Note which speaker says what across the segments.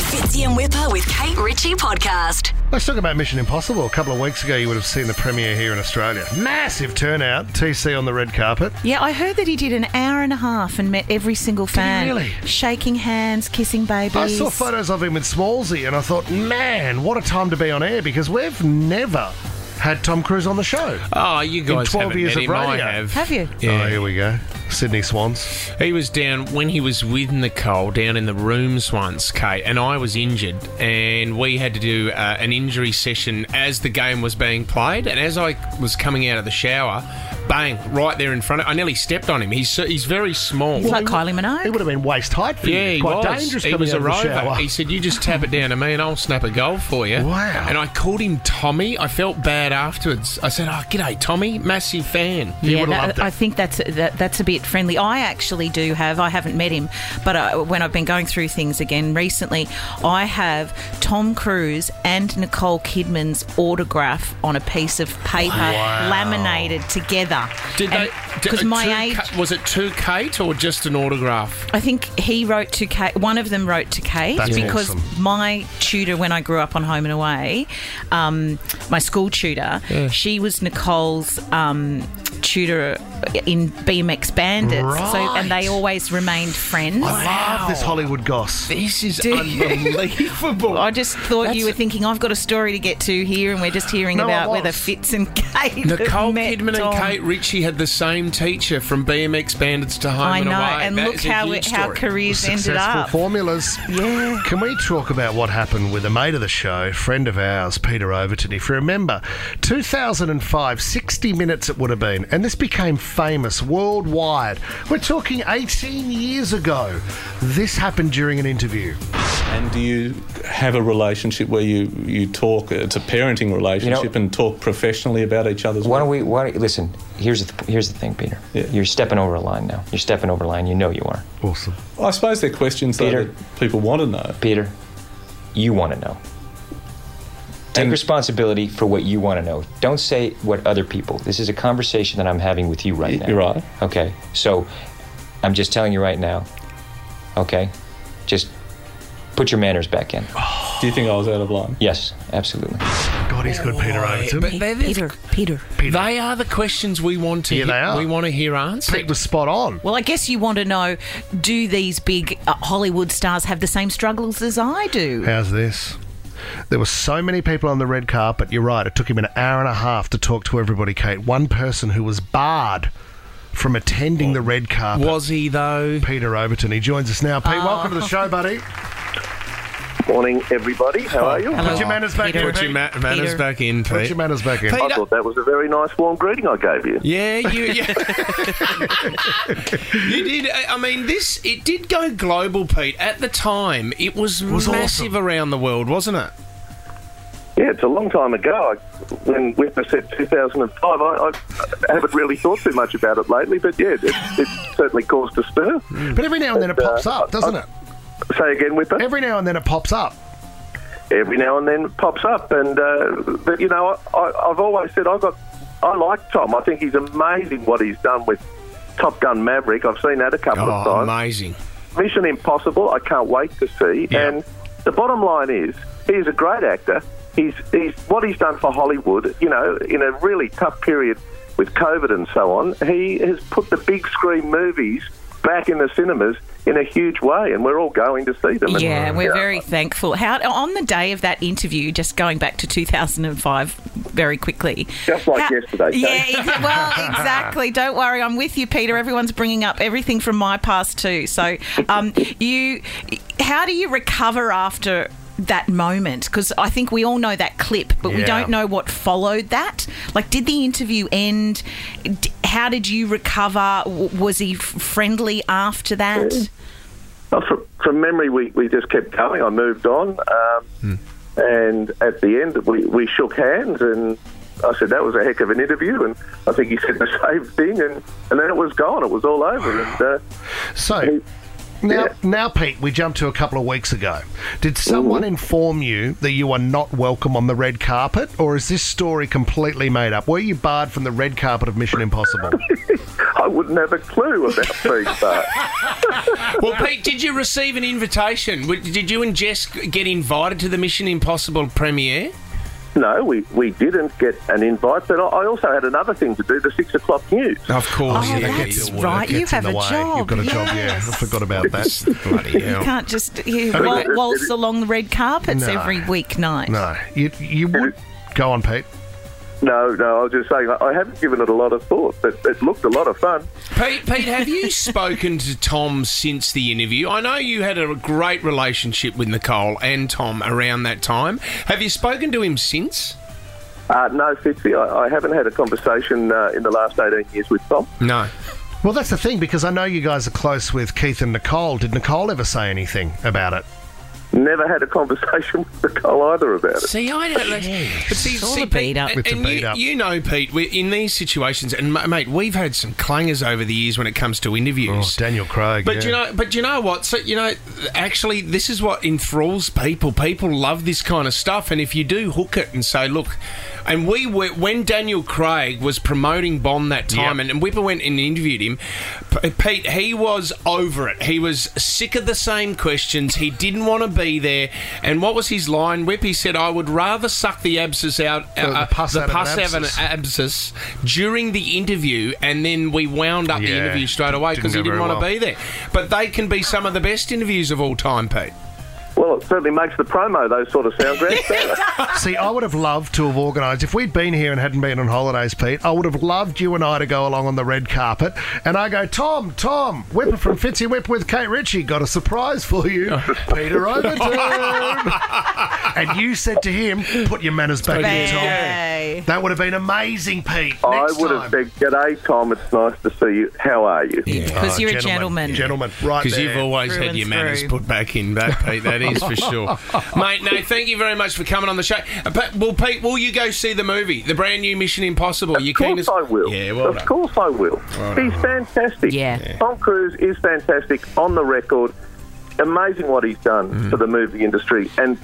Speaker 1: Fitzy and Whipper with Kate Ritchie podcast.
Speaker 2: Let's talk about Mission Impossible. A couple of weeks ago, you would have seen the premiere here in Australia. Massive turnout. TC on the red carpet.
Speaker 3: Yeah, I heard that he did an hour and a half and met every single fan.
Speaker 2: really?
Speaker 3: Shaking hands, kissing babies.
Speaker 2: I saw photos of him with Smallsy, and I thought, man, what a time to be on air because we've never had Tom Cruise on the show.
Speaker 4: Oh, you guys
Speaker 2: 12
Speaker 4: haven't
Speaker 2: years
Speaker 4: met
Speaker 2: of
Speaker 4: him. I
Speaker 2: radio.
Speaker 4: have.
Speaker 3: Have you?
Speaker 2: Oh,
Speaker 4: Yeah.
Speaker 2: here we go. Sydney Swans.
Speaker 4: He was down when he was with Nicole down in the rooms once, Kate, and I was injured, and we had to do uh, an injury session as the game was being played, and as I was coming out of the shower, bang, right there in front of, I nearly stepped on him. He's so- he's very small.
Speaker 3: He's like
Speaker 2: He
Speaker 3: Kylie Minogue.
Speaker 2: would have been waist height for
Speaker 4: yeah,
Speaker 2: you.
Speaker 4: he
Speaker 2: Quite
Speaker 4: was.
Speaker 2: dangerous
Speaker 4: he
Speaker 2: coming
Speaker 4: was
Speaker 2: out
Speaker 4: a
Speaker 2: of the
Speaker 4: rover.
Speaker 2: shower.
Speaker 4: He said, "You just tap it down to me, and I'll snap a goal for you."
Speaker 2: Wow.
Speaker 4: And I called him Tommy. I felt bad afterwards. I said, "Oh, g'day, Tommy, massive fan."
Speaker 2: You
Speaker 3: yeah,
Speaker 2: would've
Speaker 3: that-
Speaker 2: loved it.
Speaker 3: I think that's that, that's a bit friendly. I actually do have. I haven't met him, but I, when I've been going through things again recently, I have Tom Cruise and Nicole Kidman's autograph on a piece of paper,
Speaker 2: Wow.
Speaker 3: laminated together.
Speaker 4: Did they? d-
Speaker 3: Because
Speaker 4: two
Speaker 3: my age,
Speaker 4: Ka- was it to Kate or just an autograph?
Speaker 3: I think he wrote to Kate. One of them wrote to Kate
Speaker 2: That's
Speaker 3: because
Speaker 2: awesome.
Speaker 3: my tutor, when I grew up on Home and Away, um, my school tutor, she was Nicole's um, tutor in BMX Bandits. So,
Speaker 2: Right.
Speaker 3: and they always remained friends.
Speaker 2: I love this Hollywood goss.
Speaker 4: This is
Speaker 3: Dude.
Speaker 4: unbelievable.
Speaker 3: I just thought you were thinking I've got a story to get to here, and we're just hearing
Speaker 2: No, I
Speaker 3: about whether
Speaker 2: was.
Speaker 3: Fitz and Kate. have
Speaker 4: Nicole
Speaker 3: met
Speaker 4: Kidman
Speaker 3: Tom.
Speaker 4: and Kate Ritchie had the same teacher from BMX Bandits to Home
Speaker 3: I know,
Speaker 4: Away.
Speaker 3: and
Speaker 4: That
Speaker 3: look
Speaker 4: is a
Speaker 3: how
Speaker 4: huge
Speaker 3: it, how
Speaker 4: story.
Speaker 3: careers ended
Speaker 2: Successful
Speaker 3: up.
Speaker 2: formulas.
Speaker 3: Yeah.
Speaker 2: Can we talk about what happened with a mate of the show, friend of ours, Peter Overton? If you remember, 2005, 60 minutes it would have been, and this became famous worldwide. We're talking 18 years ago. This happened during an interview.
Speaker 5: And do you have a relationship where you, you talk, it's a parenting relationship, and talk professionally about each other's
Speaker 6: Why
Speaker 5: work?
Speaker 6: don't we? Why don't you listen? Here's the th- here's the thing, Peter.
Speaker 5: Yeah.
Speaker 6: You're stepping over a line now. You're stepping over a line. You know you are,
Speaker 2: Awesome.
Speaker 5: I suppose they're questions
Speaker 6: Peter.
Speaker 5: though, that people want to know.
Speaker 6: Peter. You want to know. Take responsibility for what you want to know. Don't say what other people. This is a conversation that I'm having with you right now.
Speaker 5: You're right.
Speaker 6: Okay. So, I'm just telling you right now. Okay. Just put your manners back in.
Speaker 5: Do you think I was out of line?
Speaker 6: Yes, absolutely.
Speaker 2: God, he's good, Peter Overton.
Speaker 4: But they're the-
Speaker 3: Peter, Peter.
Speaker 4: they are the questions we want to
Speaker 2: Yeah,
Speaker 4: hear.
Speaker 2: they are.
Speaker 4: We want to hear answered.
Speaker 2: Pete was spot on.
Speaker 3: Well, I guess you want to know do these big uh, Hollywood stars have the same struggles as I do?
Speaker 2: How's this? There were so many people on the red carpet. You're right. It took him an hour and a half to talk to everybody, Kate. One person who was barred from attending the red carpet.
Speaker 4: Was he though?
Speaker 2: Peter Overton. He joins us now. Pete, welcome to the show, buddy.
Speaker 7: Morning, everybody. How are you?
Speaker 2: Put your manners back in.
Speaker 4: Put your ma- manners
Speaker 3: Peter.
Speaker 4: back in,
Speaker 2: Put
Speaker 4: Pete.
Speaker 2: your manners back in.
Speaker 4: Pete,
Speaker 7: I thought that was a very nice, warm greeting I gave you.
Speaker 4: Yeah, you. Yeah. you did. I I mean, this it did go global, Pete. At the time, it was,
Speaker 2: was
Speaker 4: massive
Speaker 2: awesome.
Speaker 4: around the world, wasn't it?
Speaker 7: Yeah, it's a long time ago. I, when Whitmer said 2005, I, I haven't really thought too much about it lately, but yeah, it, it certainly caused a stir.
Speaker 4: Mm.
Speaker 2: But every now and then it pops up, doesn't it?
Speaker 4: Uh,
Speaker 7: Say again, Whipper.
Speaker 2: Every now and then it pops up.
Speaker 7: Every now and then pops up, and uh, but you know, I, I, I've always said I got I like Tom. I think he's amazing what he's done with Top Gun Maverick. I've seen that a couple of
Speaker 4: Oh,
Speaker 7: times.
Speaker 4: amazing.
Speaker 7: Mission Impossible. I can't wait to see.
Speaker 4: Yeah.
Speaker 7: And the bottom line is, he's a great actor. He's, he's what he's done for Hollywood. You know, in a really tough period with COVID and so on, he has put the big screen movies back in the cinemas in a huge way, and we're all going to see them. And,
Speaker 3: Yeah, we're
Speaker 7: you know,
Speaker 3: very thankful. How on the day of that interview, just going back to 2005, very quickly.
Speaker 7: Just like yesterday, Kate.
Speaker 3: Yeah, ex- well, exactly. Don't worry, I'm with you, Peter. Everyone's bringing up everything from my past too. So, um, you, how do you recover after? That moment, because I think we all know that clip, but we
Speaker 2: Yeah.
Speaker 3: don't know what followed that. Like, did the interview end? D- How did you recover? W- Was he f- friendly after that?
Speaker 7: Well, from, from memory, we, we just kept going. I moved on, um, and at the end, we, we shook hands, and I said that was a heck of an interview, and I think he said the same thing, and, and then it was gone. It was all over. And, uh,
Speaker 2: So now,
Speaker 7: Yeah.
Speaker 2: now, Pete, we jumped to a couple of weeks ago. Did
Speaker 4: Mm-hmm.
Speaker 2: someone inform you that you are not welcome on the red carpet, or is this story completely made up? Were you barred from the red carpet of Mission Impossible?
Speaker 7: I wouldn't have a clue about being barred.
Speaker 4: Well, Pete, did you receive an invitation? W- Did you and Jess get invited to the Mission Impossible premiere?
Speaker 7: No, we, we didn't get an invite, but I I also had another thing to do, the six o'clock news.
Speaker 4: Of course.
Speaker 3: Oh,
Speaker 2: Yeah,
Speaker 3: that's
Speaker 2: get your work
Speaker 3: right, you
Speaker 2: gets in
Speaker 3: have
Speaker 2: the
Speaker 3: a
Speaker 2: way.
Speaker 3: job,
Speaker 2: You've got a job, yeah.
Speaker 3: yes.
Speaker 2: I forgot about that.
Speaker 4: Bloody
Speaker 3: You
Speaker 4: hell.
Speaker 3: can't just you
Speaker 2: I mean,
Speaker 3: wal-
Speaker 2: it-
Speaker 3: waltz along the red carpets
Speaker 2: No.
Speaker 3: every weeknight.
Speaker 2: No, you you would go on, Pete.
Speaker 7: No, no, I was just saying, I, I haven't given it a lot of thought, but it looked a lot of fun.
Speaker 4: Pete, Pete, have you spoken to Tom since the interview? I know you had a great relationship with Nicole and Tom around that time. Have you spoken to him since?
Speaker 7: Uh, no, Fitzy, I, I haven't had a conversation uh, in the last 18 years with Tom.
Speaker 4: No.
Speaker 2: Well, that's the thing because I know you guys are close with Keith and Nicole. Did Nicole ever say anything about it?
Speaker 7: Never had a conversation with Nicole either about it.
Speaker 4: See, I don't. Like, but see,
Speaker 3: It's all
Speaker 4: see,
Speaker 3: a beat
Speaker 4: Pete,
Speaker 3: up.
Speaker 4: and-
Speaker 2: It's a
Speaker 4: and
Speaker 2: beat
Speaker 4: you,
Speaker 2: up.
Speaker 4: you know, Pete, we're in these situations, and ma- mate, we've had some clangers over the years when it comes to
Speaker 2: Oh,
Speaker 4: interviews.
Speaker 2: Daniel Craig.
Speaker 4: But
Speaker 2: yeah.
Speaker 4: you know, but you know what? So you know, actually, this is what enthralls people. People love this kind of stuff, and if you do hook it and say, "Look," and we were when Daniel Craig was promoting Bond that time, and, and Whipper went and interviewed him. P- Pete, he was over it. He was sick of the same questions. He didn't want to be there. And what was his line? Whip, he said, "I would rather suck the abscess out, uh,
Speaker 2: The- the pus out of an
Speaker 4: pus out of an
Speaker 2: abscess."
Speaker 4: abscess during the interview, and then we wound up the
Speaker 2: Yeah.
Speaker 4: interview straight away
Speaker 2: Didn't
Speaker 4: because he
Speaker 2: go
Speaker 4: didn't
Speaker 2: very
Speaker 4: want to
Speaker 2: well.
Speaker 4: be there. But they can be some of the best interviews of all time, Pete.
Speaker 7: Well, it certainly makes the promo, those sort of sound grabs, better.
Speaker 2: See, I would have loved to have organised. If we'd been here and hadn't been on holidays, Pete, I would have loved you and I to go along on the red carpet. And I go, Tom, Tom, Whipper from Fitzy Whip with Kate Ritchie, got a surprise for you, Peter Overton. and you said to him, put your manners back in, Tom.
Speaker 3: Hey.
Speaker 2: That would have been amazing, Pete.
Speaker 7: I
Speaker 2: Next
Speaker 7: would
Speaker 2: time.
Speaker 7: have said, G'day, Tom, it's nice to see you. How are you?
Speaker 3: Because
Speaker 2: Oh,
Speaker 3: you're a gentleman.
Speaker 2: Gentleman, right
Speaker 4: Uh, Because
Speaker 2: there.
Speaker 4: you've always
Speaker 3: Through
Speaker 4: had your
Speaker 3: and
Speaker 4: manners
Speaker 3: through.
Speaker 4: put back in, that Pete. That is for sure, mate. No, thank you very much for coming on the show. Uh, But, well, Pete, will you go see the movie, the brand new Mission Impossible? you
Speaker 7: Of course
Speaker 4: keen to-
Speaker 7: I will.
Speaker 4: Yeah, well
Speaker 7: of
Speaker 4: done.
Speaker 7: course I will. He's fantastic.
Speaker 3: Yeah. Yeah.
Speaker 7: Tom Cruise is fantastic on the record. Amazing what he's done for the movie industry, and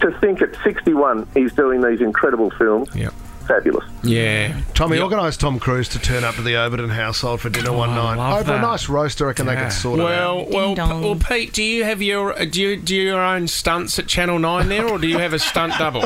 Speaker 7: to think at 61 he's doing these incredible films.
Speaker 4: Yep.
Speaker 7: Fabulous.
Speaker 4: Yeah,
Speaker 2: Tommy
Speaker 4: Yep.
Speaker 2: organised Tom Cruise to turn up to the Overton household for dinner one
Speaker 4: Oh, I
Speaker 2: night.
Speaker 4: love
Speaker 2: Over
Speaker 4: that.
Speaker 2: a nice roast, I reckon they
Speaker 4: Yeah.
Speaker 2: could sort it out.
Speaker 4: well, well,
Speaker 3: Ding
Speaker 4: P-
Speaker 3: dong.
Speaker 4: well, Pete, do you have your uh, do you do your own stunts at Channel Nine there, or do you have a stunt double?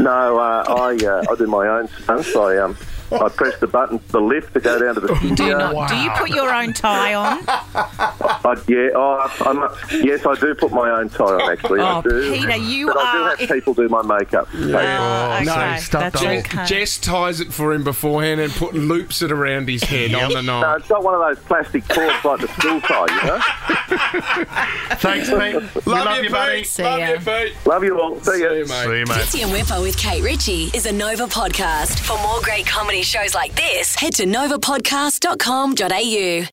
Speaker 7: No, uh, I uh, I do my own stunts. I um I press the button for the lift to go down to the studio.
Speaker 3: Do, not, do you put your own tie on?
Speaker 7: I, yeah, oh, I'm, yes, I do put my own tie on. Actually, I
Speaker 3: Oh,
Speaker 7: do.
Speaker 3: Peter, you
Speaker 7: but I
Speaker 3: are-
Speaker 7: do have people do my makeup.
Speaker 3: Ah,
Speaker 2: Oh, so
Speaker 3: okay,
Speaker 2: stuffed all-
Speaker 3: that's
Speaker 4: Jess,
Speaker 3: okay.
Speaker 4: Jess ties it for him beforehand and put loops it around his head on the
Speaker 7: No,
Speaker 4: night.
Speaker 7: it's not one of those plastic cords like the school tie, you know.
Speaker 2: Thanks, Pete. We love you, buddy.
Speaker 3: See
Speaker 4: Love
Speaker 3: ya.
Speaker 4: you, Pete.
Speaker 7: Love you all. See
Speaker 4: See
Speaker 7: you.
Speaker 4: you, mate.
Speaker 2: See you, mate.
Speaker 1: Fitzy and Whipper with Kate Ritchie is a Nova podcast. For more great comedy shows like this, head to novapodcast.com.au.